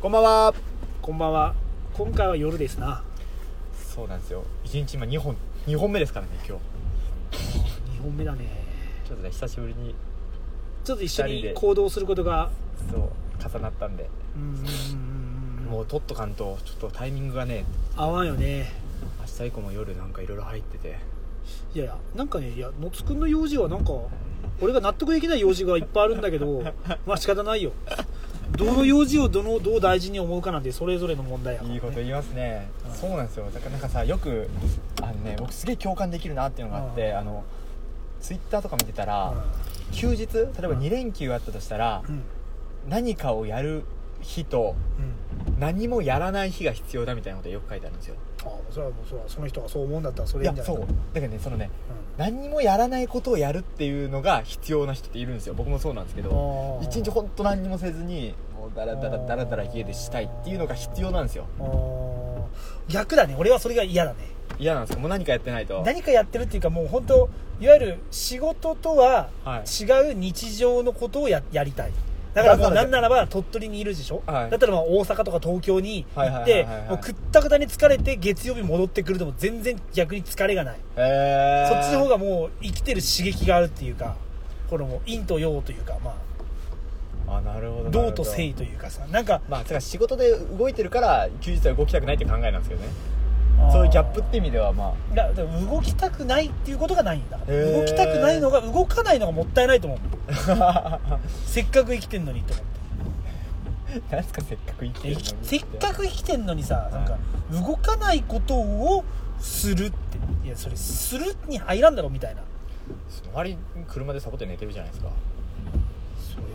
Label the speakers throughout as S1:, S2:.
S1: こんばんは
S2: こんばんは今回は夜ですな
S1: そうなんですよ1日今2本2本目ですからね今日
S2: 2本目だね
S1: ちょっとね久しぶりに
S2: ちょっと一緒
S1: 二人
S2: に
S1: で
S2: 行動することが
S1: そう重なったんで、
S2: うんうんうんうん
S1: も
S2: うん
S1: う取っとかんとちょっとタイミングがね
S2: 合わんよね
S1: 明日以降も夜なんかいろいろ入ってて
S2: いやいやなんかねいやのつくんの用事はなんか俺が納得できない用事がいっぱいあるんだ けどまあ仕方ないよどの用事をどのどう大事に思うかなんてそれぞれの問題やからね
S1: いいこと言いますね、
S2: うん
S1: そうなんですよだからなんかさよくあのね僕すげえ共感できるなっていうのがあって、
S2: うん
S1: あのツイッターとか見てたら、
S2: う
S1: 休日例えば
S2: うん
S1: 2連休あったとしたら、
S2: んうん
S1: 何かをやる日と
S2: うん
S1: 何もやらない日が必要だみたいなことよく書いてあるんですよ
S2: ああそれはもうそれはその人がそう思うんだったらそ
S1: い
S2: れいい
S1: や
S2: んじゃな
S1: そ
S2: いう
S1: だからねそのね
S2: う
S1: 何もやらないことをやるっていうのが必要な人っているんですよ僕もそうなんですけど
S2: んああ
S1: 一日本当何にもせずにもうダラダラダラダラ家でしたいっていうのが必要なんですよ
S2: あー逆だね俺はそれが嫌だね
S1: 嫌なんですよもう何かやってないと
S2: 何かやってるっていうかもう本当いわゆる仕事とは
S1: はい
S2: 違う日常のことをややりたいだからも
S1: だ
S2: う
S1: から
S2: なんならば鳥取にいるでしょ、
S1: はい
S2: だったらまあ大阪とか東京に行っ
S1: はい
S2: て
S1: はいはいはいはい
S2: もうくったくたに疲れて月曜日戻ってくるのも全然逆に疲れがない
S1: えー、
S2: そっちの方がもう生きてる刺激があるっていうかこのもう陰と陽というかま
S1: あなるほどな
S2: あ
S1: るほ
S2: 道
S1: ど
S2: と誠というかさなんか
S1: まあつまり仕事で動いてるから休日は動きたくないって考えなんですけどねそういうギャップって意味ではまあ
S2: いやだから動きたくないっていうことがないんだ
S1: へー
S2: 動きたくないのが動かないのがもったいないと思うせっかく生きてんのにと思って
S1: 何すかせっかく生きてる
S2: え
S1: のに
S2: 生きせっか
S1: く
S2: く生きてんのにさ
S1: い
S2: なんか動かないことをするっていやそれするに入らんだろみたいな
S1: 周り車でサボって寝てるじゃないですか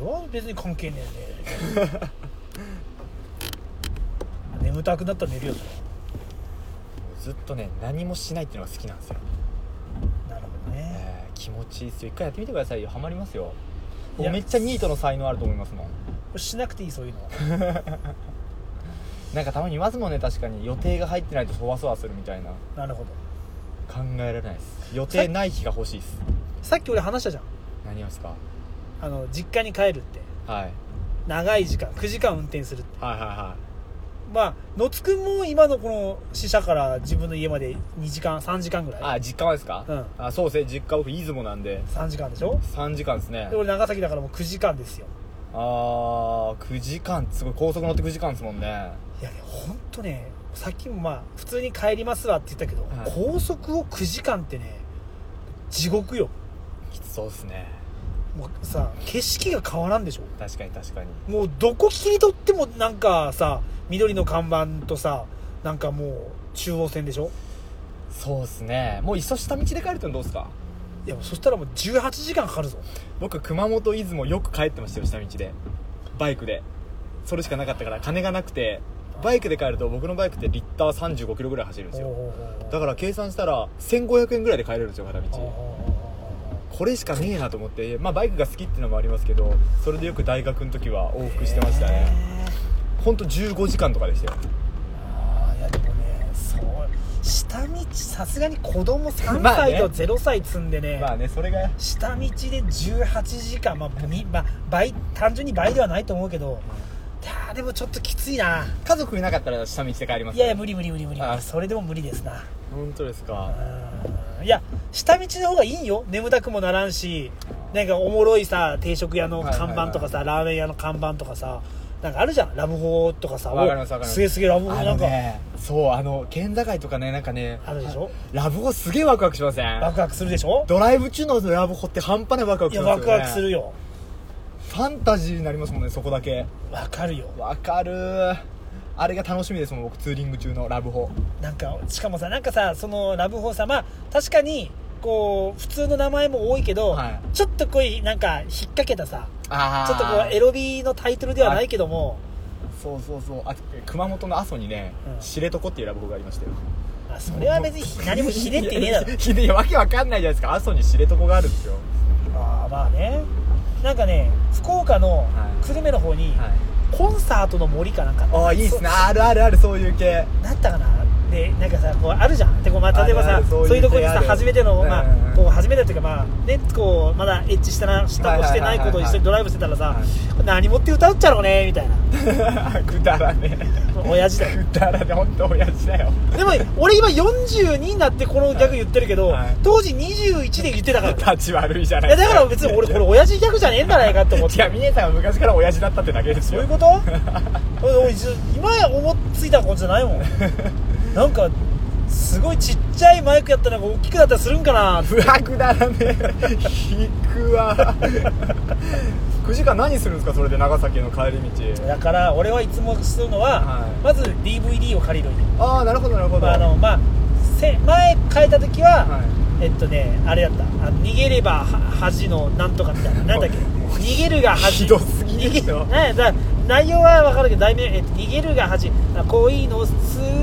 S2: それは別に関係ねえね眠たくなったら寝るよそ
S1: ずっとね何もしないっていうのが好きなんですよ、
S2: れなるほどね
S1: えー気持ちいいっすよ一回やってみてくださいよハマりますよ
S2: いや
S1: めっちゃニートの才能あると思いますもん
S2: しなくていいそういうのは
S1: なんかたまにいますもんね確かに予定が入ってないとそわそわするみたいな
S2: なるほど
S1: 考えられないです予定ない日が欲しいです
S2: さっき俺話したじゃん
S1: 何をですか、
S2: あの実家に帰るって
S1: はい、はい
S2: 長い時間9時間運転するって
S1: はいは
S2: まあ野津くんも今のこの死者から自分の家まで2時間3時間ぐら
S1: い
S2: い
S1: あ実家はですか、
S2: うん
S1: あそうですね実家僕出雲なんで
S2: 3時間でしょ
S1: 3時間ですね
S2: で俺長崎だからもう9時間ですよ
S1: あー9時間すごい高速乗って9時間ですもんね
S2: いやねほんとねさっきもまあ普通に帰りますわって言ったけど、
S1: はい
S2: 高速を9時間ってね地獄よ
S1: きつそうですね
S2: もうさ景色が変わらんでしょ
S1: 確かに確かに
S2: もうどこ切り取ってもなんかさ緑の看板とさなんかもう中央線でしょ
S1: そうですねもういっそ下道で帰るってのどうですか
S2: いやそしたらもう18時間かかるぞ
S1: 僕熊本出雲よく帰ってましたよ下道でバイクでそれしかなかったから金がなくてバイクで帰ると僕のバイクってリッター3 5キロぐらい走るんですよだ
S2: だ
S1: から計算したら1500円ぐらいで帰れるんですよ片
S2: あ
S1: 道これしかねえなと思ってまあバイクが好きっていうのもありますけどそれでよく大学の時は往復してましたねほんと15時間とかでしたよ
S2: あーいやでもねそう下道さすがに子供3
S1: まあね
S2: 歳と0歳積んでね,、
S1: まあねそれが
S2: 下道で18時間、まあにまあ、倍単純に倍ではないと思うけどいやーでもちょっときついな
S1: 家族いなかったら下道で帰ります
S2: いやいや無理無理無理無理
S1: あ
S2: それでも無理ですな
S1: 本当ですか
S2: うんいや下道の方がいいんよ眠たくもならんしなんかおもろいさ定食屋の看板とかさ、ラーメン屋の看板とかさなんかあるじゃんラブホーとかさ
S1: わかりますわかります
S2: すげえすげえラブホ
S1: あ
S2: ーな
S1: の
S2: んか
S1: ねそうあの県境とかねなんかね
S2: あるでしょ
S1: ラブホすげえワクワクしません
S2: ワクワクするでしょ
S1: ドライブ中のラブホって半端ないワクワ
S2: い
S1: クし
S2: や
S1: ま
S2: ワ
S1: すよね
S2: クワクするよ
S1: ファンタジーになりますもんねそこだけ
S2: わかるよ
S1: わかるーあれが楽しみですもん僕ツーリング中のラブホ
S2: なんかしかもさなんかさそのラブホー様確かにこう普通の名前も多いけど、
S1: は
S2: ちょっとこういうなんか引っ掛けたさ
S1: あ
S2: ちょっとこうエ
S1: ロ
S2: ロビーのタイトルではないけども
S1: そうそうそうあ熊本の阿蘇にね、
S2: うん
S1: 知床っていうラブホがありましたよ
S2: あそれは別に何もひねってねえだ ろ
S1: ひねいやわけわかんないじゃないですか阿蘇に知床があるんですよ
S2: ああまあねなんかね福岡の
S1: はい
S2: 久留米の方に
S1: はい
S2: コンサートの森かなんか
S1: ああいいっすねあるあるあるそういう系
S2: そなったかなでなんかさこうあるじゃんでこう、まあ、例えば
S1: あ
S2: さ
S1: るある
S2: そ
S1: そうういう
S2: いうところでさ
S1: 出会いある
S2: 初めての、まあ
S1: うんうんうん
S2: こう初めてというかまあねこうまだエッチしたなした
S1: はい
S2: こ
S1: はいは
S2: して
S1: いは
S2: ないいことを一緒にドライブしてたらさ、
S1: はい
S2: これ何持って歌うっちゃろうねみたいな
S1: くだらね
S2: 親父だ よ
S1: えくだらねえ本当親父だよ
S2: でも俺今42になってこのギャグ言ってるけど、
S1: はい
S2: 当時21で言ってたからい
S1: 立ち悪いじゃない
S2: やだから別 に俺これ親父ギャグじゃねえんじゃないかって思って
S1: いや峰さんは昔から親父だったってだけです
S2: そう
S1: よ
S2: いうこと俺俺一応今や思いついたことじゃないもんなんかすごいちっちゃいマイクやったらなんか大きくなったりするんかな
S1: 不白だらねえ引くわ9時間何するんですかそれで長崎の帰り道
S2: だから俺はいつもするのは、
S1: はい
S2: まず DVD を借りる
S1: ああなるほどなるほど、
S2: まああのまあせ前書いた時は、
S1: はい
S2: えっとねあれだったあの逃げればは恥のなんとかみた いななんだっけ
S1: もう
S2: 逃げるが恥
S1: ひどすぎでしょ
S2: 逃げなんやだ内容は分かるけど題名、えっと、逃げるが恥あ恋のす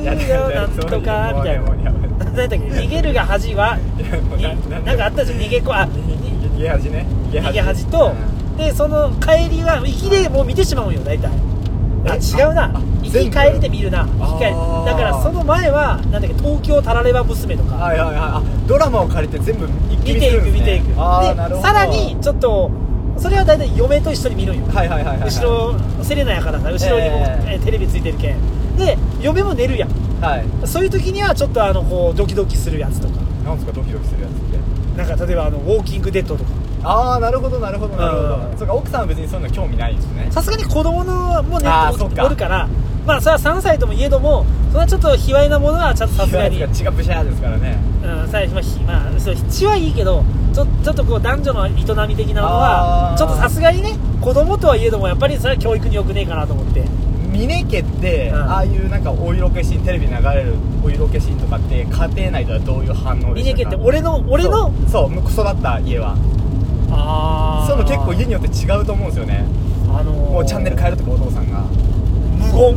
S1: いやい
S2: よ
S1: やい
S2: な
S1: や
S2: んとかみたいな
S1: もうやめて
S2: 何だっけ逃げるが恥はに
S1: いや もうな
S2: なんかあったじゃん逃げこあに
S1: 逃げ恥ね逃げ
S2: 逃げ恥とでその帰りは行きでもう見てしまうんよ大体あ
S1: え
S2: 違うな
S1: あ
S2: 行き
S1: 全部
S2: 帰りで見るな行き帰り
S1: あー
S2: だからその前はなんだっけ東京タラレバ娘とか
S1: はいはいはいあドラマを借りて全部一気
S2: 見
S1: 見
S2: て
S1: す
S2: い
S1: るん
S2: く
S1: です、ね、
S2: 見ていくで
S1: あーなるほど
S2: さらにちょっとそれは大体嫁と一緒に見るんよ
S1: はいはいはい、はい、
S2: 後ろセレナやからさ後ろにも
S1: ええ
S2: えテレビついてるけんで嫁も寝るやん
S1: はい
S2: そういう時にはちょっとあのこうドキドキするやつとか
S1: なんですかドキドキするやつって
S2: なんか例えばあのウォーキングデッドとか
S1: ああなるほどなるほどなるほ
S2: うん
S1: どそうか奥さんは別にそういうの興味ないですね
S2: さすがに子供のもね
S1: あー
S2: お
S1: そっか
S2: おるからまあそれは3歳ともいえどもそんなちょっと卑猥なものはちょっとさすがに、うん、
S1: 血がブシャーですからね
S2: 最初はひまあそう血はいいけどちょちょっとこう男女の営み的なものは
S1: あー
S2: ちょっとさすがにね子供とはいえどもやっぱりそれは教育に良くねえかなと思って
S1: 峰家って、
S2: うん
S1: ああいうなんかお色気シーンテレビに流れるお色気シーンとかって家庭内ではどういう反応で
S2: 峰
S1: したか
S2: 家って俺の俺の
S1: そうそうむ育った家は
S2: あ
S1: そういうの結構家によって違うと思うんですよね
S2: あのー
S1: もうチャンネル変えるとかお父さんが
S2: 無言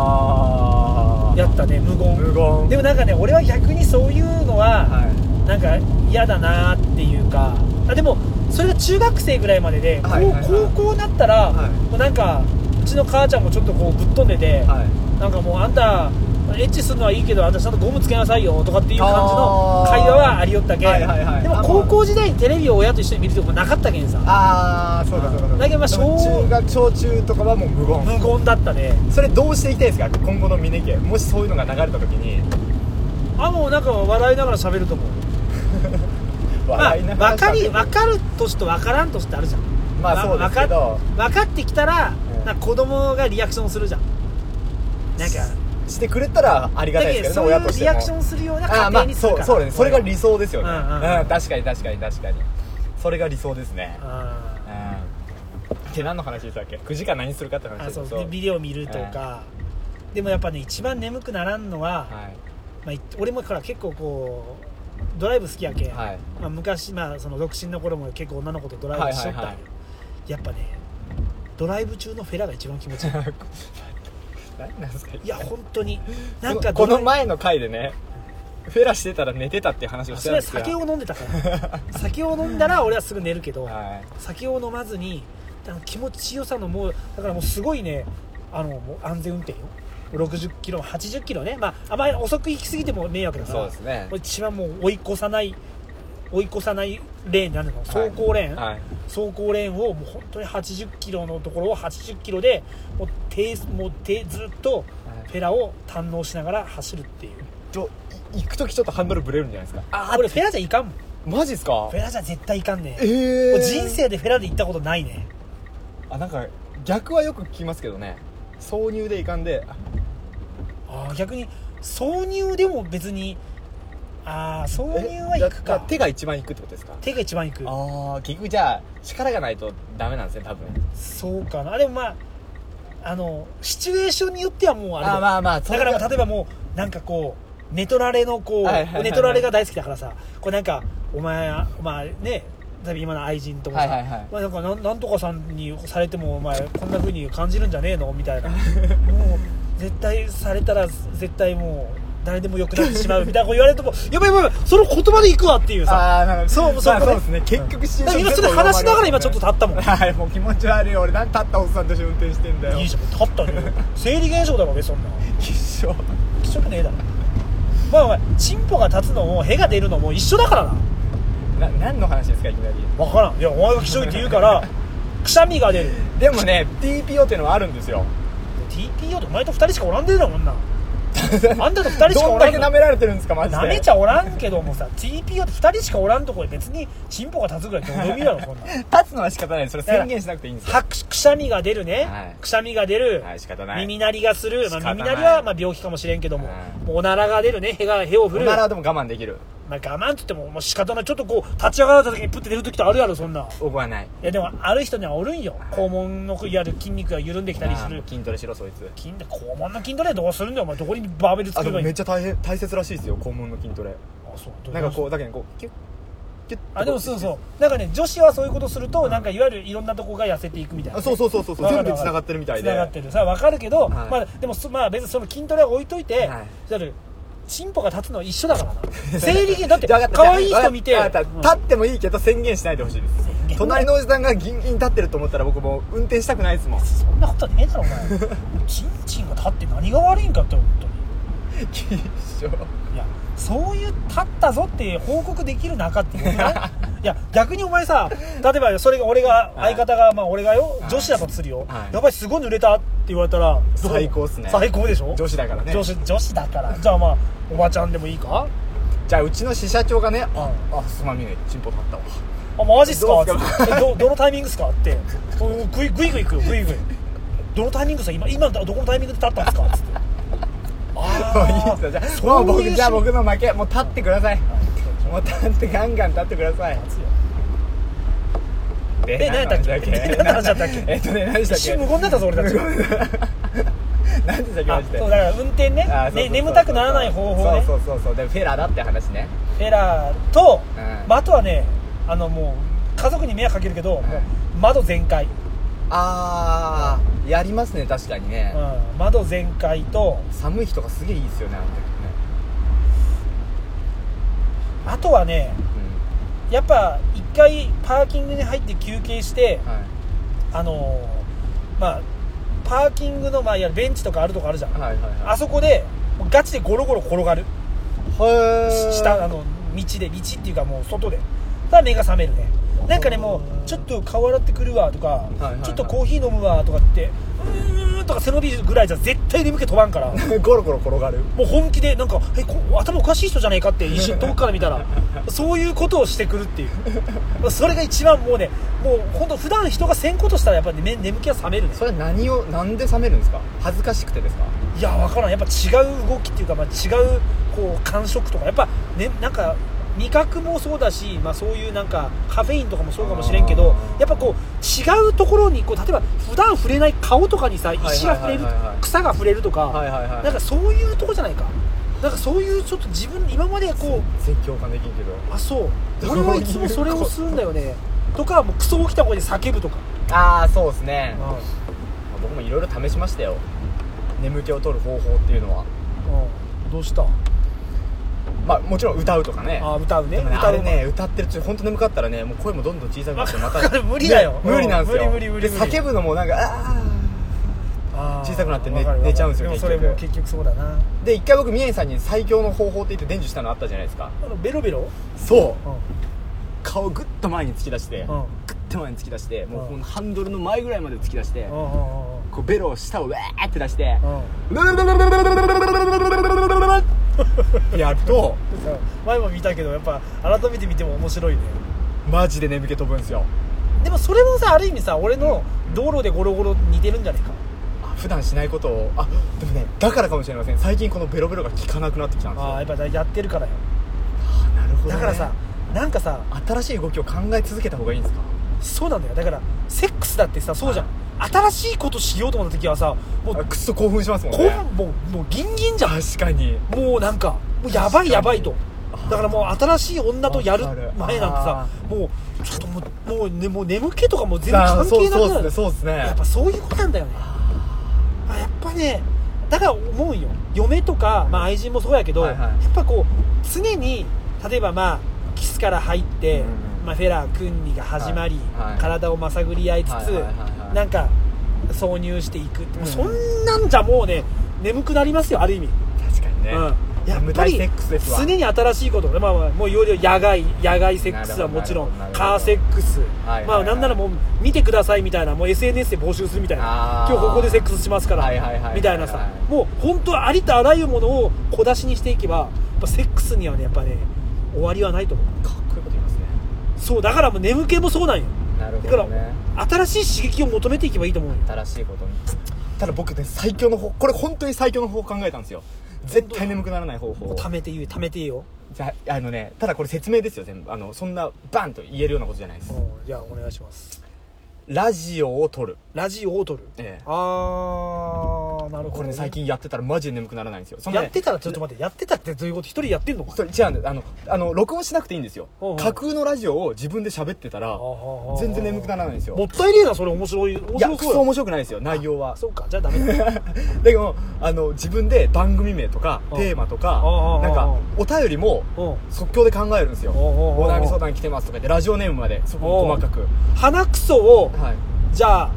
S1: あ
S2: やったね無言
S1: 無言
S2: でもなんかね俺は逆にそういうのは、
S1: はい
S2: なんか嫌だなっていうかあでもそれが中学生ぐらいまでで、
S1: はいはいはい
S2: 高高校になったら、
S1: はい
S2: もうなんかうちの母ちゃんもちょっとこうぶっ飛んでて、
S1: はい
S2: なんかもうあんたエッチするのはいいけどあんたちゃんとゴムつけなさいよとかっていう感じの
S1: あー
S2: 会話はありよったけん、
S1: はいはいはい
S2: でも
S1: あ
S2: 高校時代にテレビを親と一緒に見るとこなかったけんさ
S1: ああそうかそうかそうか
S2: だけどまあ
S1: でも
S2: 小
S1: 中学小中とかはもう無
S2: 無
S1: 言
S2: 言だったね
S1: それどうしていきたいですか今後の峰家もしそういうのが流れた時に
S2: あもうなんか笑いながら喋ると思うまあ、
S1: 笑いながら
S2: 分かり
S1: 喋る
S2: 分かる年と分からん年ってあるじゃん
S1: まあそうですけど
S2: 分か分かってきたら、
S1: うん
S2: なんか子供がリアクションするじゃんなんか
S1: してくれたらありが
S2: だ
S1: たい
S2: け
S1: です
S2: ど
S1: けどね親
S2: そうい
S1: と
S2: う
S1: しても
S2: リアクションするような
S1: あ
S2: 家
S1: あま
S2: 庭
S1: あ
S2: にする
S1: そ
S2: から
S1: うそうですそれが理想ですよね
S2: う
S1: うん
S2: うん
S1: ん確かに確かに確かにそれが理想ですね
S2: あ
S1: うんって何の話でしたっけ9時間何するかって
S2: ー
S1: 話
S2: あ
S1: です
S2: そ
S1: よ
S2: うでビデオ見るとか、でもやっぱね一番眠くならんのは、
S1: はい
S2: まあい、俺もから結構こうドライブ好きやけん、
S1: はい
S2: まあ、昔、まあ、その独身の頃も結構女の子とドライブしとった
S1: は
S2: んよ、
S1: いはいは
S2: やっぱねドライブ中のフェラが一番気持ちいい
S1: 何なんですか
S2: いや本当 にな
S1: なんん
S2: か
S1: か
S2: ド
S1: こ
S2: ライ
S1: の前の回でねフェラしてたら寝てたっていう話をし
S2: そ
S1: てたんで
S2: れは
S1: すけど
S2: 酒を飲んでたから酒を飲んだら俺はすぐ寝るけど、
S1: はい
S2: 酒を飲まずにあの気持ちよさのもうだからもうすごいねあのもう安全運転よ60キロ80キロねまああまり遅く行き過ぎても迷惑だから
S1: そうですね
S2: これ一番もう追い越さない追い越さないレーンなんだろう
S1: はい
S2: 走行レーン、
S1: はい
S2: 走行レーンをもう本当に80キロのところを80キロでもう低もう低ずっとフェラを堪能しながら走るっていう
S1: とい行く時ちょっとハンドルブレるんじゃないですか
S2: あ俺フェラじゃいかんもん
S1: マジっすか
S2: フェラじゃ絶対いかんね
S1: ええ
S2: もう人生でフェラで行ったことないね
S1: あなんか逆はよく聞きますけどね挿入でいかんであ
S2: あー逆に挿入でも別にああ挿入は
S1: え
S2: 行く
S1: だ
S2: から
S1: 手が一番いくってことですか
S2: 手が一番行く
S1: ああ結局じゃあ力がないとダメなんですね多分
S2: そうかなでもまああのシチュエーションによってはもうあれだ
S1: ああまあまあそ
S2: だ
S1: れが
S2: から例えばもうなんかこうネトラレのこう、
S1: はいはいはいはい
S2: ネトラレが大好きだからさこうなんかお前お前ね例えば今の愛人とかさ、
S1: はいはいはい
S2: まあ、なんかなんなんとかさんにされてもお前こんな風に感じるんじゃねえのみたいなもう絶対されたら絶対もう誰でも良くなってしまうみたいなこと言われるともうやばいやばいやばいその言葉で行くわっていうさ
S1: ああなんかそう
S2: そう
S1: まあそうですね結局シチュエー
S2: だから
S1: ション
S2: 今そ
S1: 全
S2: れ
S1: 部
S2: 話しながら今ちょっと立ったもん
S1: はいもう気持ち悪いよ俺何立ったおっさんとして運転してんだよ
S2: いいじゃん立ったね生理現象だろうねそんな
S1: 一緒
S2: 気色ねえだろまあお前チンポが立つのも屁が出るのも一緒だからな
S1: な何の話ですかいきなり
S2: 分からんいやお前が気色いいって言うからくしゃみが出る
S1: でもね TPO っていうのはあるんですよ
S2: TPO ってお前と2人しかおらんでえだもんなあんたと2人しか
S1: ど
S2: お
S1: ん
S2: ら
S1: だ
S2: ん
S1: け
S2: の
S1: 舐められてるんですかマジで
S2: なめちゃおらんけどもさ TPO って2人しかおらんとこで別にチンポが立つぐら いどうでもいいだろそんな
S1: 立つのは仕方ないそれ宣言しなくていいんですよ
S2: はくくしゃみが出るね、
S1: はい
S2: くしゃみが出る、
S1: はい仕方ない
S2: 耳鳴りがする、ま
S1: 仕
S2: あ、
S1: 方ない
S2: 耳鳴りはまあ病気かもしれんけども,、
S1: はい
S2: もうおならが出るねへがへを振
S1: お
S2: る
S1: ならでも我慢できる
S2: まあ、我慢っつってももう仕方ないちょっとこう立ち上がった時にプッて出る時ってあるやろそんな
S1: 僕はない
S2: いやでもある人にはおるんよ肛門のいわゆる筋肉が緩んできたりする
S1: あー筋トレしろそいつ
S2: 筋肛門の筋トレどうするんだよお前どこにバーベルつ
S1: あ
S2: け
S1: でも
S2: ばいい
S1: めっ
S2: の
S1: ちゃ大変大切らしいですよ肛門の筋トレ
S2: あそう
S1: なんかこうだけどこうキュッキュッ
S2: あでもそうそうなんかね女子はそういうことするとなんかいわゆるいろんなとこが痩せていくみたいな、
S1: あそうそうそうそうそう全部つながってるみたいで
S2: つながってるさあ分かるけど、
S1: はい
S2: まあ、でもそまあ別にその筋トレは置いといて、
S1: はい
S2: だってチンポが立つのは一緒 だからな生理現だって
S1: じゃあ分かった
S2: 可愛い人見て、
S1: 分かった分かった立ってもいいけど宣言しないでほしいです隣のおじさんがギンギン立ってると思ったら僕もう運転したくない ですもん
S2: そんなことねえだろお 前チンチンが立って何が悪いんかって本当に
S1: きっしょ
S2: いやそういう立ったぞって報告できる仲ってこと ないいや逆にお前さ例えばそれが俺が
S1: はい
S2: 相方が、まあ俺がよ
S1: はい
S2: 女子だとするよ、
S1: はい
S2: やっぱりすごい濡れたって言われたらどう
S1: 最高っすね
S2: 最高でしょ
S1: 女子だからね
S2: 女子女子だからじゃあまあおばちゃんでもいいか
S1: じゃあうちの支社長がねああすまみねチンポ立ったわ
S2: あマジっすか
S1: どうっすか
S2: つってえどどのタイミングっすかってうんグイグイグイ行くよグイグイどのタイミングっすか今今どこのタイミングで立ったんですかつって
S1: もういい
S2: あ
S1: ですよじゃ
S2: あ
S1: あもう
S2: そうい
S1: 僕
S2: う
S1: じゃあ
S2: 心
S1: 僕の負けもう立ってくださいもう立ってガンガン立ってください
S2: 配
S1: で
S2: で何やったっけで何の話だったっけ
S1: えっとね何でした
S2: 一
S1: っけ
S2: 瞬無言になったぞ俺たち
S1: 何でしたっけ
S2: あ
S1: マジで
S2: そうだから運転ね
S1: あーそうそうそう
S2: ね眠たくならない方法ね
S1: そうそうそうそうでフェラだって話ね
S2: エラーと、
S1: うん
S2: まあ、あとはねあのもう家族に迷惑かけるけど、もう窓全開、
S1: ああやりますね確かにね
S2: うん、窓全開と
S1: 寒い日とかすげえいいですよねあの時
S2: あとはねやっぱ一回パーキングに入って休憩して
S1: ね
S2: あのーまあパーキングのまあいやベンチとかあるとこあるじゃん、
S1: はいはいは
S2: あそこでもうガチでゴロゴロ転がる
S1: いはいへー
S2: 下あの道で道っていうかもう外でただ目が覚めるねなんかねもうちょっと顔洗ってくるわとか、
S1: いはいはい
S2: ちょっとコーヒー飲むわとかってうーんとか背伸びぐらいじゃ絶対眠気飛ばんから も
S1: ゴロゴロ転がる
S2: う本気でなんかえこ頭おかしい人じゃねえかっ て一瞬遠くから見たらそういうことをしてくるっ ていうそれが一番もうねもう本当普段人がせんことしたらやっぱねめ眠気は覚めるね
S1: それは何をなんで冷めるんですか恥ずかしくてですか
S2: いや分からんやっぱ違う動きっていうか、まあ、違うこう感触とかやっぱねなんか味覚もそうだし、まあ、そういうなんかカフェインとかもそうかもしれんけ
S1: あ
S2: ど
S1: ー
S2: やっぱこう違うところにこう例えば普段触れない顔とかにさ
S1: はい
S2: 石が触れる
S1: はいはいはい
S2: 草が触れるとか
S1: いはいは
S2: なんかそういうとこじゃないかなんかそういうちょっと自分今までこう
S1: 絶叫感できんけど
S2: あそう俺はいつもそれをするんだよねとかもうクソ起きた声で叫ぶとか、
S1: ああそうですね僕もいろいろ試しましたよ眠気を取る方法っていうのは
S2: うんどうした
S1: まあもちろん歌うとかね
S2: あ歌うね
S1: でもね
S2: 歌
S1: あ
S2: う
S1: れね歌ってると本当眠かったらねもう声もどんどん小さくなってま
S2: わか
S1: た
S2: る無理だよ
S1: ね無理なんですよ
S2: うん無理無理無理無理
S1: で叫ぶのもなんかあ
S2: あー
S1: 小さくなって寝
S2: わかるわかる
S1: 寝ちゃうんですよ
S2: で
S1: 結
S2: もそれ
S1: 局
S2: も結局そうだな
S1: ーで一回僕宮治さんに最強の方法って言って伝授したのあったじゃないですか
S2: あのベロベロ
S1: そう
S2: うん
S1: 顔をグッと前に突き出して、
S2: うん
S1: グッと前に突き出してもう
S2: うん
S1: このハンドルの前ぐらいまで突き出して、
S2: うんうんうん
S1: こうベロを下をウェーって出して
S2: うん
S1: って やると
S2: さ前も見たけどやっぱ改めて見ても面白いね
S1: マジで眠気飛ぶんですよ
S2: でもそれもさある意味さ俺の道路でゴロゴロ似てるんじゃないか
S1: あ普段しないことをあでもねだからかもしれません最近このベロベロが効かなくなってきたんですよ
S2: ああやっぱやってるからよ
S1: あなるほどね、
S2: だからさなんかさ
S1: 新しい動きを考え続けた方がいいんですか
S2: そうなんだよだからセックスだってさそうじゃん新しいことしようと思った時はさも
S1: あ
S2: う
S1: くっそ興奮しますもんね
S2: 興奮もうもうギンギンじゃん
S1: 確かに
S2: もうなんかもうやばいやばいとだからもう新しい女とやる
S1: わかる
S2: 前なんてさもうちょっともうもう,、ね、もう眠気とかもう全然
S1: さあ
S2: 関
S1: そ
S2: 係
S1: う
S2: なく
S1: そう
S2: な
S1: っすねそうっ
S2: る
S1: すね
S2: やっぱそういうことなんだよねあやっぱねだから思うんよ嫁とか、まあ、愛人もそうやけど、
S1: はいはい
S2: やっぱこう常に例えばまあキスから入って、
S1: うん
S2: まあ、フェラー君にが始まり、
S1: はいはい
S2: 体をまさぐり合いつつ、
S1: はいはいはいはい
S2: なんか挿入していくって、もうそ
S1: うん
S2: んなんじゃもうね眠くなりますよある意味、
S1: 確かにね、
S2: うん、やっ
S1: 無
S2: ぱ
S1: 体
S2: り
S1: セックスですわ
S2: 常に新しいこと、まあ、まあもういろいろ野外野外セックスはもちろん
S1: なるほど
S2: カーセックス、
S1: はいはいはい
S2: まあなんならもう見てくださいみたいなもう SNS で募集するみたいな
S1: あー
S2: 今日ここでセックスしますから、
S1: はいはいはい
S2: みたいなさ、
S1: はいはい
S2: もう本当ありとあらゆるものを小出しにしていけばやっぱセックスにはねやっぱね終わりはないと思う
S1: かっこいいこと言いますね
S2: そうだからもう眠気もそうなんよ
S1: なる
S2: だから、新しい刺激を求めていけばいいと思うよ
S1: 新しいことにただ僕ね最強の方これ本当に最強の方法考えたんですよ絶対眠くならない方法
S2: もう貯めて言う貯めて言うよ
S1: じゃあのねただこれ説明ですよ全部あのそんなバンと言えるようなことじゃないです
S2: うんじゃあお願いします
S1: ラジオを撮る
S2: ラジオを撮る、
S1: ええ
S2: あーなるほどね、
S1: これね最近やってたらマジで眠くならないんですよそのね
S2: やってたらちょっと待ってやってたってどういうこと一人でやってんのか
S1: それ違うんですあのあの録音しなくていいんですよ
S2: ほうほう
S1: 架空のラジオを自分で喋ってたら全然眠くならないんですよ
S2: もったいねえなそれ面白い面
S1: いや
S2: 白
S1: ク
S2: そう
S1: ソ
S2: よ
S1: 面白くないですよ内容は
S2: そうかじゃあダメだ
S1: だけどあの自分で番組名とか
S2: うん
S1: テーマと
S2: う
S1: か
S2: ん
S1: なんかお便りも
S2: うん
S1: 即興で考えるんですよ
S2: うんうんうんうん
S1: お悩み相談来てますとか言ってラジオネームまでそこ細かく
S2: 鼻くそを
S1: はい
S2: じゃあ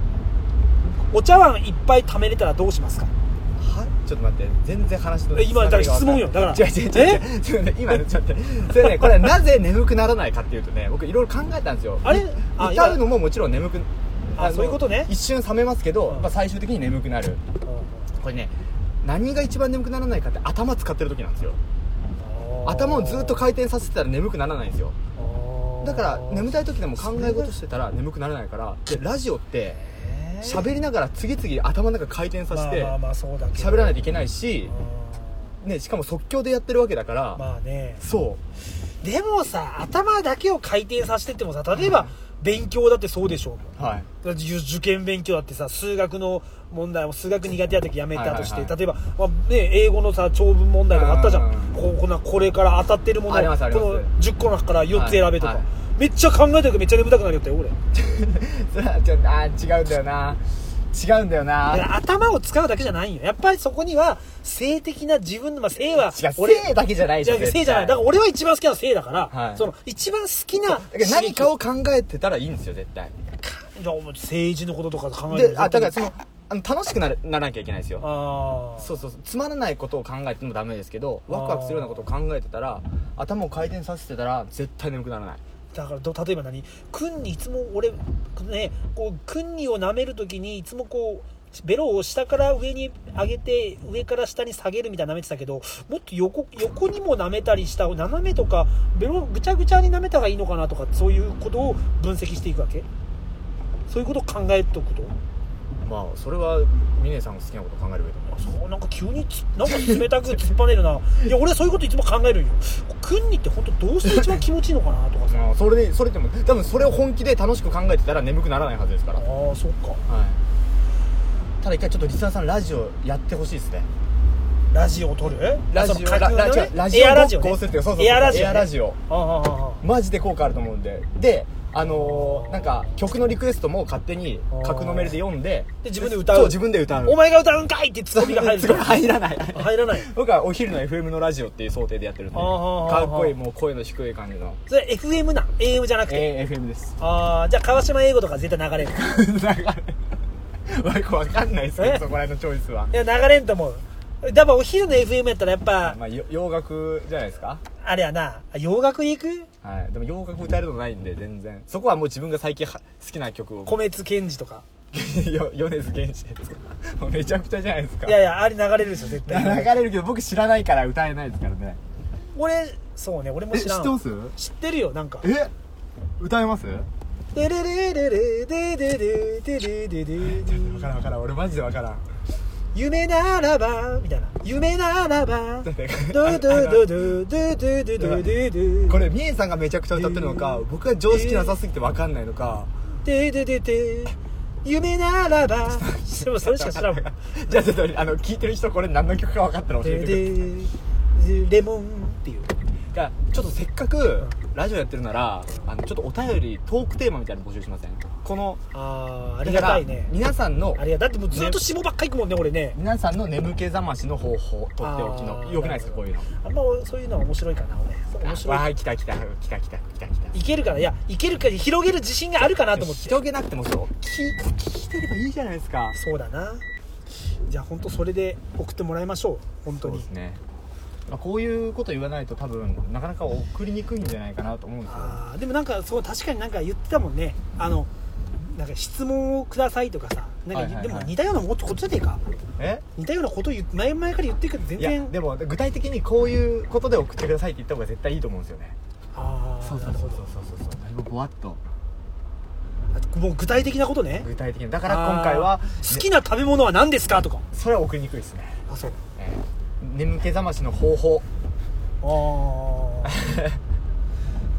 S2: お茶碗いっぱい貯めれたらどうしますか
S1: はちょっと待って全然話の
S2: え今だから
S1: つながりがわかんない
S2: 質
S1: 違う違
S2: 問
S1: う
S2: よ
S1: 違う違うちょっとね今のちょっと待ってそれねこれなぜ眠くならないかっていうとね僕いろいろ考えたんですよ
S2: あれ
S1: い
S2: あ
S1: 歌うのももちろん眠く
S2: あ
S1: の
S2: そういうことね
S1: 一瞬冷めますけど、
S2: うん
S1: まあ、最終的に眠くなるこれね何が一番眠くならないかって頭使ってる時なんですよ頭をずっと回転させてたら眠くならないんですよだから眠
S2: た
S1: たい時でも考え事してたら眠くならないからでラジオって喋りながら次々頭の中回転させて
S2: まあまあまあそうだけど
S1: 喋らないといけないし
S2: う、
S1: ね、しかも即興でやってるわけだから、
S2: んまあね
S1: そ
S2: でもさ頭だけを回転させてってもさ例えば勉強だってそうでしょう
S1: う はい
S2: だって受受験勉強だってさ数学の問題も数学苦手やった時やめたとし
S1: は
S2: て、
S1: いはいはい
S2: 例えば、まあね、英語のさ長文問題とかあったじゃん
S1: うん
S2: こうこんなこれから当たってるもの
S1: あ
S2: こ
S1: りますあります
S2: の10個の中から4つ選べと
S1: は
S2: か、
S1: いはい
S2: めっちゃ考えた時めっちゃ眠たくなるよって俺
S1: それはちょっとあー違うんだよな違うんだよ
S2: だ
S1: な
S2: から頭を使うだけじゃないんよやっぱりそこには性的な自分の、まあ、性は
S1: 違う
S2: 俺
S1: 性だけじゃない
S2: じ
S1: で
S2: ゃ
S1: し
S2: あ
S1: ょ
S2: 性じゃないだから俺は一番好きなのは性だから、
S1: はい
S2: その一番好きな
S1: だから何か
S2: を
S1: を考えてたらいいんですよ絶対
S2: じゃあお前政治のこととか考えて
S1: であだからそのあの楽しくなるならなきゃいけないですよ
S2: あー
S1: そうそうそうつまらないことを考えてもダメですけどワクワクするようなことを考えてたら頭を回転させてたら絶対眠くならない
S2: だからど例えば何君にいつも俺ねこう君にを舐めるときにいつもこうベロを下から上に上げて上から下に下げるみたいな舐めてたけどもっと横横にも舐めたりした斜めとかベロぐちゃぐちゃに舐めた方がいいのかなとかそういうことを分析していくわけそういうことを考えておくと
S1: まあそれは峰さんが好きなことを考えればいいと思います
S2: そうなんか急につなんか冷たく突っぱねるないや俺はそういうこといつも考えるんよ君にって本当どうして一番気持ちいいのかなとかさ
S1: それでそれでも多分それを本気で楽しく考えてたら眠くならないはずですから
S2: ああそっか
S1: はいただ一回ちょっとリスナーさんラジオやってほしいですね
S2: ラジオを撮る
S1: ラジオ
S2: その架空のね
S1: ラララジ
S2: エアラジ
S1: オ
S2: オ、
S1: ごっ
S2: ね
S1: こをするっていうそうそうそう
S2: エアラジオ、ね、
S1: エアラジオ
S2: あああああ
S1: マジで効果あると思うんでであのー、なんか曲のリクエストも勝手に格のメールで読んで
S2: で自分で歌う
S1: そう自分で歌
S2: あ
S1: う
S2: お前が歌うんかいってツッコミが入 る
S1: すごい入らない
S2: 入らない
S1: 僕はお昼の FM のラジオっていう想定でやってるんで
S2: あー
S1: かっこいいもう声の低い感じの
S2: それ FM な AM じゃなくて、
S1: えー FM です
S2: ああじゃあ川島英語とか絶対流れん い
S1: なんか わわかんないですけど
S2: え
S1: そこら辺のチョイスは
S2: や流れんと思うだからお昼の FM やったらやっぱ
S1: まあよ洋楽じゃないですか
S2: あれやな洋楽で行く
S1: はいでも洋楽歌えるのないんで全然そこはもう自分が最近は好きな曲を
S2: 米津玄師とか
S1: よ米津玄師ですかもう めちゃくちゃじゃないですか
S2: いやいやあれ流れるでしょ絶
S1: 流
S2: 対
S1: れるけど僕知らないから歌えないですからね
S2: 俺そうね俺も
S1: え
S2: 知
S1: 知
S2: らん
S1: ってます
S2: 知ってるよなんか
S1: え歌えますわ
S2: でれれれれでででででででで
S1: からんわからん俺マジでわからん
S2: 夢ならばみたいな夢な らばド
S1: だって
S2: ゥドゥドゥドゥドゥドゥドゥドゥドゥドゥ
S1: これみえさんがめちゃくちゃ歌ってるのか僕は常識なさすぎてわかんないのか
S2: でででで夢な らばでもそれしか知らんもん
S1: じゃあちょっとあの聞いてる人これ何の曲か分かったら教え
S2: で
S1: てください
S2: でレモンっていう
S1: いやちょっとせっかくラジオやってるならあのちょっとお便りトークテーマみたいなの募集しませんこの
S2: あああ
S1: だ
S2: り
S1: か
S2: が
S1: ら
S2: たいね
S1: 皆さんの
S2: ありがだってもうずっと霜ばっか行くもんね俺ね
S1: 皆さんの眠気覚ましの方法とっておき
S2: あ
S1: の
S2: ー
S1: よくないですかこういうの
S2: あんま俺そういうのは面白いかな俺そう面白
S1: わ
S2: い
S1: ー来た来た来た来た来た来た
S2: いけるかないやいけるか広げる自信があるかなと思って
S1: 広げなくてもそう聞い聞いてればいいじゃないですか
S2: そうだなじゃあ本当それで送ってもらいましょう本当
S1: そう
S2: に
S1: ですね、まあ、こういうこと言わないと多分なかなか送りにくいんじゃないかなと思うんですよ
S2: あーでもなんかそう確かになんか言ってたもんねあのなんか質問をくださいとかさなん
S1: は
S2: か、
S1: いはいはい
S2: でも似たようなことことでか
S1: え
S2: 似たようなこと言う前々から言ってるけど全
S1: いや
S2: 然
S1: でも具体的にこういうことで送ってくださいって言った方が絶対いいと思うんですよね
S2: ああなるほど
S1: そうそうそうだいぶぼわっと
S2: あもう具体的なことね
S1: 具体的にだから今回は
S2: あー好きな食べ物は何ですかとか
S1: それは送りにくいですね、
S2: あそう
S1: えー眠気覚ましの方法
S2: ああ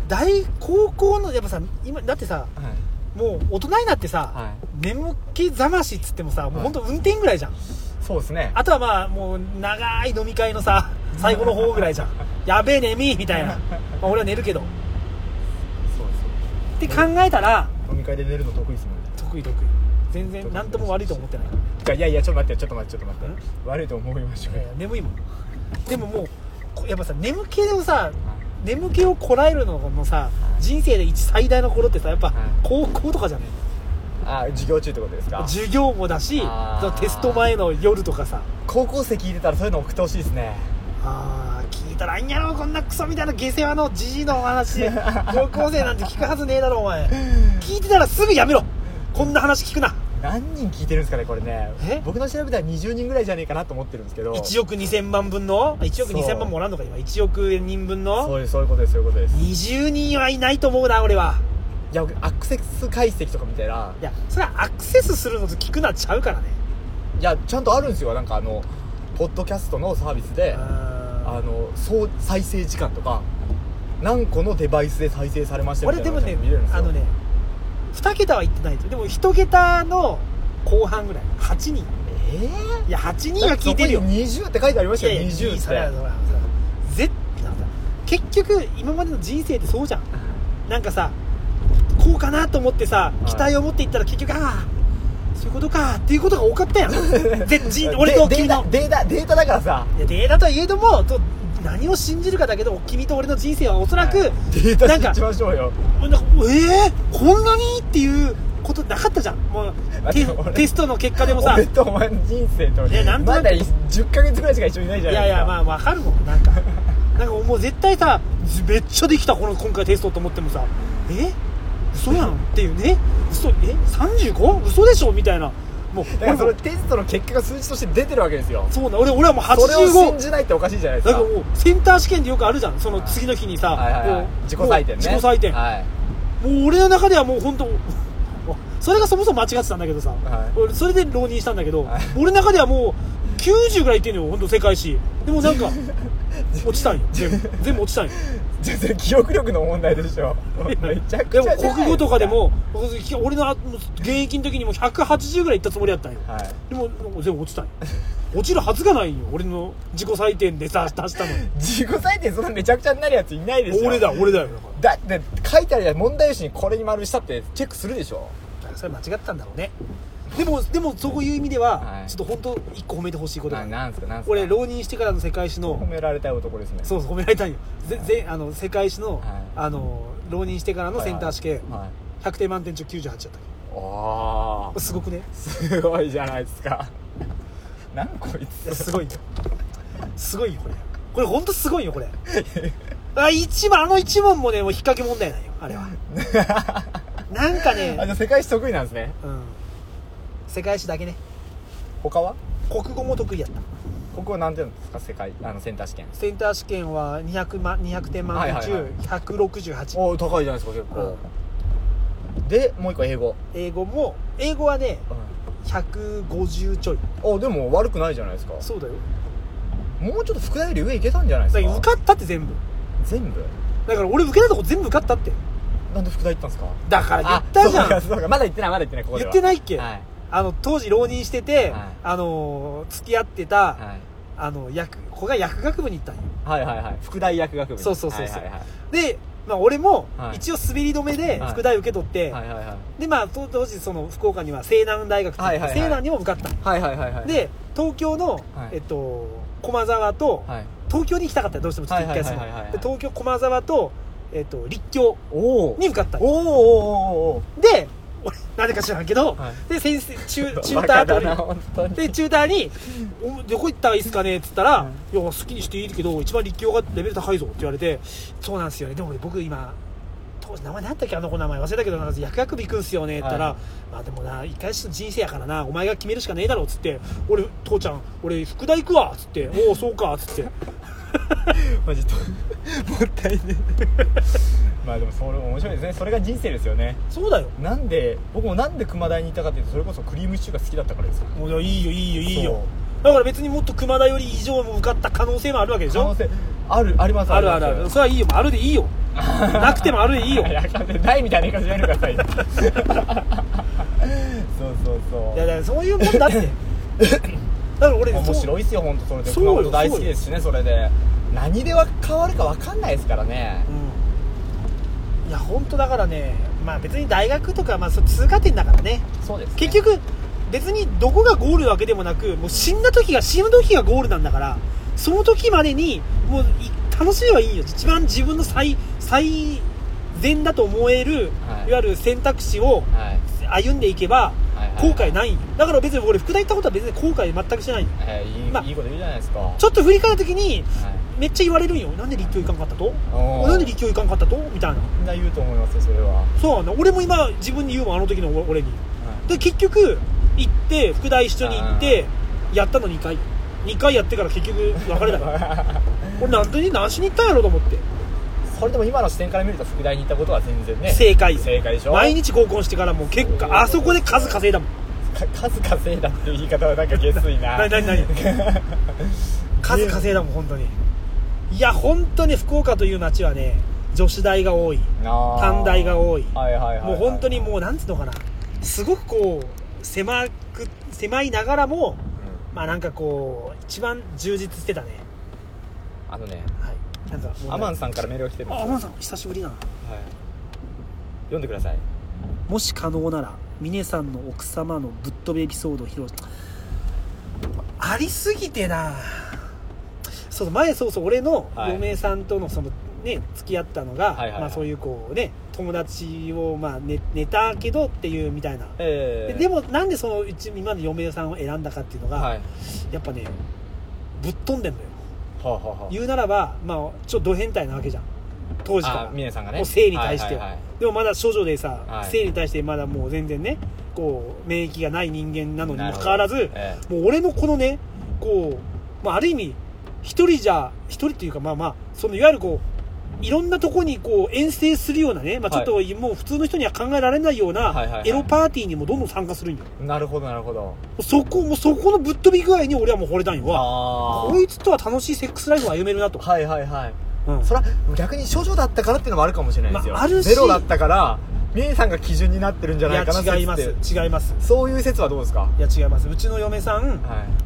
S2: 大高校のやっぱさ今だってさ
S1: はい
S2: もう大人になってさ、
S1: はい
S2: 眠気覚ましっつってもさもう本当運転ぐらいじゃん、
S1: そうですね
S2: あとはまあもう長い飲み会のさ最後の方ぐらいじゃんやべえ眠いみたいな、まあ、俺は寝るけどっ
S1: そうです
S2: て考えたら
S1: 飲み会で寝るの得意ですもんね
S2: 得意得意全然何とも悪いと思ってない、
S1: いやいやちょっと待ってちょっと待ってちょっと待って悪いと思いましょうよ
S2: えー眠いもんでももうこやっぱさ眠気をさ眠気をこらえるのもさ人生で一最大の頃ってさやっぱ
S1: はい
S2: 高校とかじゃない
S1: あ授業中ってことですか
S2: 授業もだし
S1: あー
S2: そのテスト前の夜とかさ
S1: 高校生聞いてたらそういうの送ってほしいですね
S2: あー聞いたらいいんやろこんなクソみたいな下世話のじじいのお 話高校生なんて聞くはずねえだろお前聞いてたらすぐやめろこんな話聞くな
S1: 何人聞いてるんですかねこれね
S2: え
S1: 僕の調べたら20人ぐらいじゃねえかなと思ってるんですけど
S2: 1億2000万分の1億2000万もおらんのか今1億人分
S1: そ
S2: の
S1: ういうそういうことですそういうことです
S2: 20人はいないと思うな俺はい
S1: や僕アクセス解析とか見たら
S2: いやそれはアクセスするのと聞くなちゃうからね
S1: いやちゃんとあるんですよなんかあのポッドキャストのサービスであ
S2: あ
S1: の総再生時間とか何個のデバイスで再生されましたみ
S2: 俺
S1: たい
S2: で
S1: な
S2: も
S1: のがち
S2: ね
S1: ゃんと見れるんですよ
S2: あのね2桁はいってないとでも1桁の後半ぐらい8人
S1: え
S2: いや8
S1: え
S2: 人は聞いてるよ
S1: 20って書いてありましたよ
S2: いやい
S1: 20
S2: や
S1: っ
S2: それは
S1: て
S2: それはそれはぜなんか結局今までの人生ってそうじゃんなんかさこうかなと思って
S1: は
S2: さ
S1: い
S2: 期待を持っていったら結局ああそういうことかっていうことが多かっ たやんぜ人俺と
S1: で
S2: 君の
S1: データデータデータだからさ
S2: いやデータとはいえどもと何を信じるかだけど君と俺の人生はおそらく、
S1: データ
S2: なん
S1: 信
S2: か
S1: じましょうよ
S2: なんかえー、こんなにっていうことなかったじゃんもう
S1: 待
S2: テ
S1: って俺
S2: テストの結果でもさ
S1: 俺とお前の人生と
S2: いやなんとな
S1: ま
S2: く
S1: だ10ヶ月ぐらいしか一緒にいないじゃ
S2: い
S1: ない
S2: や
S1: ですか
S2: いやまあわかるもん なんかなんかもう絶対さずめっちゃできたこの今回テストと思ってもさえ嘘やんっていうね嘘え 35? 嘘でしょみたいなもう
S1: だからそ
S2: 俺
S1: の
S2: も
S1: テストの結果が数値として出てるわけですよ
S2: そうな俺俺はもう
S1: それを信
S2: 85
S1: じないっておかしいじゃないです
S2: なん
S1: か
S2: かもうセンター試験でよくあるじゃんその次の日にさ、
S1: はいはいはい
S2: もう
S1: 自己採点ね
S2: もう自己採点、
S1: はい
S2: もう俺の中ではもう本当それがそもそも間違ってたんだけどさ、
S1: はい
S2: 俺それで浪人したんだけど、
S1: はい
S2: 俺の中ではもう90ぐらいいってんのよ本当世界史で もなんか落ちたんよ全部全部落ちたんよ
S1: 全然記憶力の問題でしょめちゃくち
S2: で
S1: ゃじ
S2: も
S1: ゃないす
S2: 国語とかでも俺の現役の時にもう180ぐらいいったつもりやったんよ、
S1: はい
S2: でもなんか全部落ちたんよ落ちるはずがないんよ俺の自己採点でさ出したのに
S1: 自己採点そんなめちゃくちゃになるやついないでしょ
S2: 俺だ俺だよだか
S1: だって書いてあるやつ問題用紙にこれに丸したってチェックするでしょ
S2: らそれ間違ってたんだろうねでもでもそういう意味では、
S1: はい
S2: ちょっと本当一個褒めてほしいことがあ
S1: な
S2: る
S1: なんすかなんすか
S2: 俺浪人してからの世界史
S1: 褒
S2: の
S1: められたい男ですね
S2: そうそう褒められたんよぜぜあの世界史の,、
S1: はい
S2: あの浪人してからのセンター試験、
S1: はい
S2: 100点満点中98だったっ
S1: あ
S2: け
S1: あ
S2: すごくね
S1: すごいじゃないですか 何こい
S2: いや
S1: つ
S2: すごいよすごいよこれこれ本当すごいよ これあ一番あの一問もねもう引っ掛け問題なんよ あれはなんか
S1: あじ
S2: ね、
S1: ゃあ世界史得意なんですね
S2: うん、世界史だけね
S1: 他は
S2: 国語も得意やった
S1: ここは何点ですか世界あのセンター試験
S2: センター試験は 200, ま200点満点
S1: はいはい
S2: 中168、
S1: おお高いじゃないですか結構、でもう一個英語、
S2: 英語も英語はね150ちょい
S1: あでも悪くないじゃないですか
S2: そうだよ
S1: もうちょっと副題より上いけたんじゃないで
S2: だ
S1: す
S2: か
S1: から
S2: 受かったって全部
S1: 全部
S2: だから俺受けたとこ全部受かったって
S1: なんで副題行ったんですか
S2: だから言ったじゃ
S1: あそうか
S2: ん
S1: そうかまだ言ってないまだ言ってないここで
S2: 言
S1: は
S2: ってないっけ、
S1: はい
S2: あの当時浪人してて、
S1: はい
S2: あの付き合ってた、あの薬子が薬学部に行ったんよ
S1: はいはいはいはい副題薬学部
S2: そうそうそうそう
S1: はいはいはい
S2: でまあ、俺も
S1: はい
S2: 一応滑り止めで副題受け取って、
S1: はいはいはい
S2: でまあ当当時その福岡には西南大学と
S1: はいはいはい
S2: 西南にも受かった、
S1: はいはいはいはい
S2: で東京の、
S1: はい
S2: えっと、駒沢と、
S1: はい
S2: 東京に行きたかったよどうしてもちょっと一回その
S1: はいはいはいはいはい
S2: で東京駒沢と、えっと、立教
S1: おお
S2: に受かった
S1: お
S2: で
S1: おおお
S2: 俺なぜか知らんけど、
S1: はい
S2: で先 生中チュ
S1: バ
S2: ータ
S1: カだ
S2: ー
S1: な
S2: と
S1: 本当に
S2: でチューターに「おどこ行ったらいいっすかね?」っつったら
S1: うん
S2: 「いや好きにしていいけど一番立教がレベル高いぞ」って言われて「そうなんですよねでも俺僕今当時名前何だったっけあの子の名前忘れたけどなんか薬学部行くんすよね」って言ったら「
S1: はい
S2: まあでもな一回しの人生やからなお前が決めるしかねえだろ」っつって「俺父ちゃん俺福大行くわ」っつって「おおそうか」っつって
S1: マジともったいね まあでもそれ面白いですねそれが人生ですよね
S2: そ うだよ
S1: なんで僕もなんで熊大にいたかっていうとそれこそクリームシチューが好きだったからですよ
S2: もういやいいよいいよいいよだから別にもっと熊田より以上も受かった可能性もあるわけでし
S1: 可能
S2: ょ
S1: 性あるあります
S2: あるあるあるそれはいいよあるでい いよなくてもあるでいいよ
S1: いやないみたいな言い方しないでくださいそうそうそう
S2: いやだからそういうもん だってだから俺
S1: 面
S2: そう
S1: 白いっすよ本当それで
S2: そう
S1: 熊
S2: よ
S1: 本大好きですしねそれで何では変わるか分かんないですからね
S2: うんいや本当だからねまあ別に大学とか、まあ、そう通過点だからね
S1: そうです、
S2: 結局別にどこがゴールわけでもなくもう死んだ時が死ぬ時がゴールなんだからその時までにもうい楽しめばいいよ一番自分の最最善だと思える、
S1: はい
S2: い、わゆる選択肢を
S1: はい
S2: 歩んでいけば
S1: はいはい
S2: 後悔ないんよだから別に俺福田行ったことは別に後悔全くしないんよ
S1: えーいい
S2: まあ
S1: いいこと言うじゃないですか
S2: ちょっと振り返る時に
S1: はい
S2: めっちゃ言われるんよなんで立教行かんかったと
S1: おー
S2: なんで立教行かんかったとみたいな
S1: みんな言うと思いますよそれは、
S2: そうなんだ俺も今自分に言うもんあの時の俺にで結局行って副大一緒に行ってやったの2回2回やってから結局別れた から俺何で何しに行ったんやろと思って
S1: それでも今の視点から見ると副題に行ったことは全然ね
S2: 正解
S1: 正解でしょ
S2: 毎日合コンしてからもう結
S1: そう
S2: 果あそこで数稼いだもん
S1: か 数稼いだっていう言い方はなんか下水な
S2: なななな数稼いだもん本当にいや本当に福岡という街はね女子大が多い
S1: あー
S2: 短大が多い
S1: はいはいはいはい
S2: もう本当にもうなんつうのかなすごくこう狭く狭いながらも
S1: うん
S2: まあなんかこう一番充実してたね
S1: あのね
S2: はいなんかもう
S1: アマンさんからメールが来てるんです
S2: あ
S1: よ
S2: アマンさん久しぶりだな
S1: はい、読んでください
S2: もし可能なら峰さんの奥様のぶっ飛びエピソードを披露しありすぎてなそう前そうそう俺の
S1: はい
S2: 嫁さんとのその、ね付き合ったのが、
S1: はいはいはい
S2: まあ、そういうこうね友達をまあ寝寝たけどっていうみたいな、
S1: え
S2: ででもなんでそのうち今の嫁さんを選んだかっていうのが、
S1: はい
S2: やっぱねぶっ飛んでんのよ
S1: はあ、はあは
S2: 言うならばまあちょっとド変態なわけじゃん当時から
S1: あ峰さんがね
S2: もう性に対しては,、
S1: はいはいはい
S2: でもまだ処女でさ、
S1: はい
S2: 性に対してまだもう全然ねこう免疫がない人間なのに
S1: な
S2: も
S1: るほど
S2: かかわらず、
S1: え
S2: もう俺のこのねこう、まあ、ある意味一人じゃ一人っていうかまあまあそのいわゆるこういろんなとこにこう遠征するようなね、まあ、ちょっともう普通の人には考えられないよう
S1: はいはいは
S2: ないエロパーティーにもどんどん参加するんよ、
S1: えなるほどなるほど
S2: そこもうそこのぶっ飛び具合に俺はもう惚れたんよわ
S1: あ
S2: こいつとは楽しいセックスライフを歩めるなと、
S1: はいはいはい
S2: うん
S1: そら逆に処女だったからっていうのもあるかもしれないですよ、
S2: まああるし
S1: ゼロだったからミネさんが基準になってるんじゃ
S2: い
S1: ないかな
S2: や違いま
S1: 説っ
S2: す
S1: て
S2: 違います
S1: そういう説はどうですか
S2: いや違いますうちの嫁さん、
S1: はい
S2: ま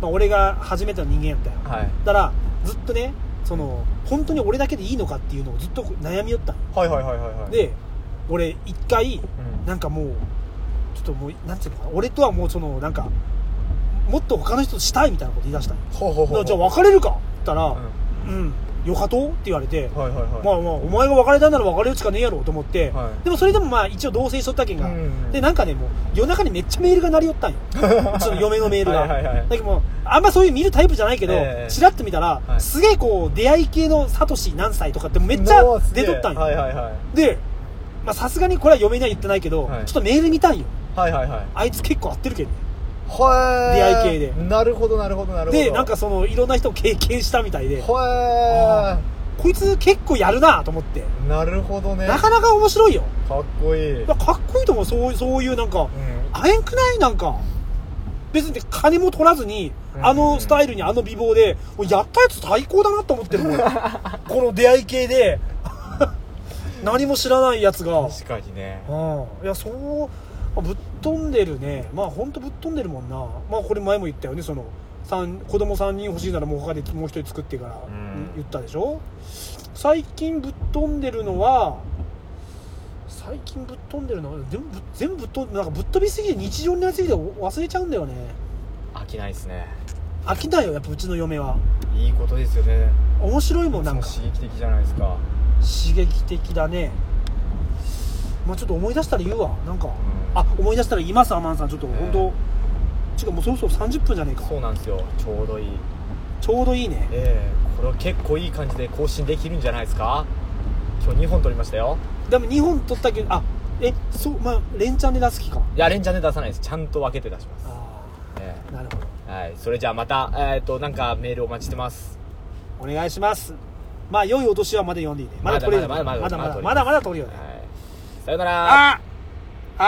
S2: あ、俺が初めての人間やったよだ
S1: はい
S2: からずっとねその本当に俺だけでいいのかっていうのをずっと悩みよったの
S1: はいはいはいはいはい、
S2: で俺一回
S1: うん
S2: なんかもうちょっともうなんていうのかな俺とはもうそのなんかもっと他の人としたいみたいなこと言い出したの
S1: ほうほう
S2: だ
S1: ほ
S2: か
S1: う
S2: らじゃあ別れるかって言ったら「
S1: うん
S2: うん、よかと?」って言われて、
S1: はいはいはい
S2: まあまあお前が別れたんなら別れるしかねえやろと思って、
S1: はい
S2: でもそれでもまあ一応同棲しとったけんが、
S1: うんうん
S2: でなんかねもう夜中にめっちゃメールが鳴りよったん よその嫁のメールが
S1: はいはいはい
S2: だけどもうあんまそういう見るタイプじゃないけど、
S1: ええ
S2: チラッと見たら、
S1: はい
S2: すげえこう出会い系のサトシ何歳とかってめっちゃ
S1: もうすげえ
S2: 出とったんよ、
S1: はいはいはい
S2: でまあさすがにこれは嫁には言ってないけど、
S1: はい
S2: ちょっとメール見たんよ
S1: はいはいはい
S2: あいつ結構合ってるけど、ね、
S1: は
S2: 出会い系で
S1: なるほどなるほどなるほど
S2: でなんかそのいろんな人を経験したみたいで
S1: は
S2: こいつ結構やるなと思って
S1: えなるほどね
S2: なかなか面白いよ
S1: かっこいい、
S2: いやかっこいいと思うそうそういうなんか
S1: うん
S2: あえんくないなんか別に金も取らずに
S1: うん
S2: あのスタイルにあの美貌でもうやったやつ最高だなと思って るもんこの出会い系で 何も知らないやつが、うん、い
S1: 確かにね
S2: やそうぶっ飛んでるねまあ本当ぶっ飛んでるもんなまあこれ前も言ったよねその三子供3人欲しいならもう他でもう1人作ってから
S1: うん
S2: 言ったでしょ最近ぶっ飛んでるのは最近ぶっ飛んでるのは全部全部ぶっ飛んなんかぶっ飛びすぎて日常になりすぎて忘れちゃうんだよね
S1: 飽きないですね
S2: 飽きないよやっぱうちの嫁はい
S1: いことですよね
S2: 面白いも
S1: も
S2: ん
S1: う
S2: なんか
S1: 刺激的じゃないですか
S2: 刺激的だねまあちょっと思い出したら言うわなんか、あ思い出したら言いますアマンさんちょっと
S1: ね
S2: 本当、ちゅうかもうそろそろ30分じゃねえか
S1: そうなんですよちょうどいい
S2: ちょうどいいね
S1: ええこれは結構いい感じで更新できるんじゃないですか今日2本撮りましたよ
S2: でも2本取ったけどあえそうまあ連チャンで出す気か
S1: いやレンジャーで出さないですちゃんと分けて出します、
S2: あ
S1: え
S2: あなるほど
S1: えはい、それじゃあまたえっ、となんかメールお待ちしてます
S2: お願いしますまあ良いお年はまだ読んでいいねまだ取れる
S1: まだまだまだ
S2: まだまだ
S1: まだ
S2: まだまだ取れるよ
S1: は
S2: ね
S1: い、さよなら
S2: あああ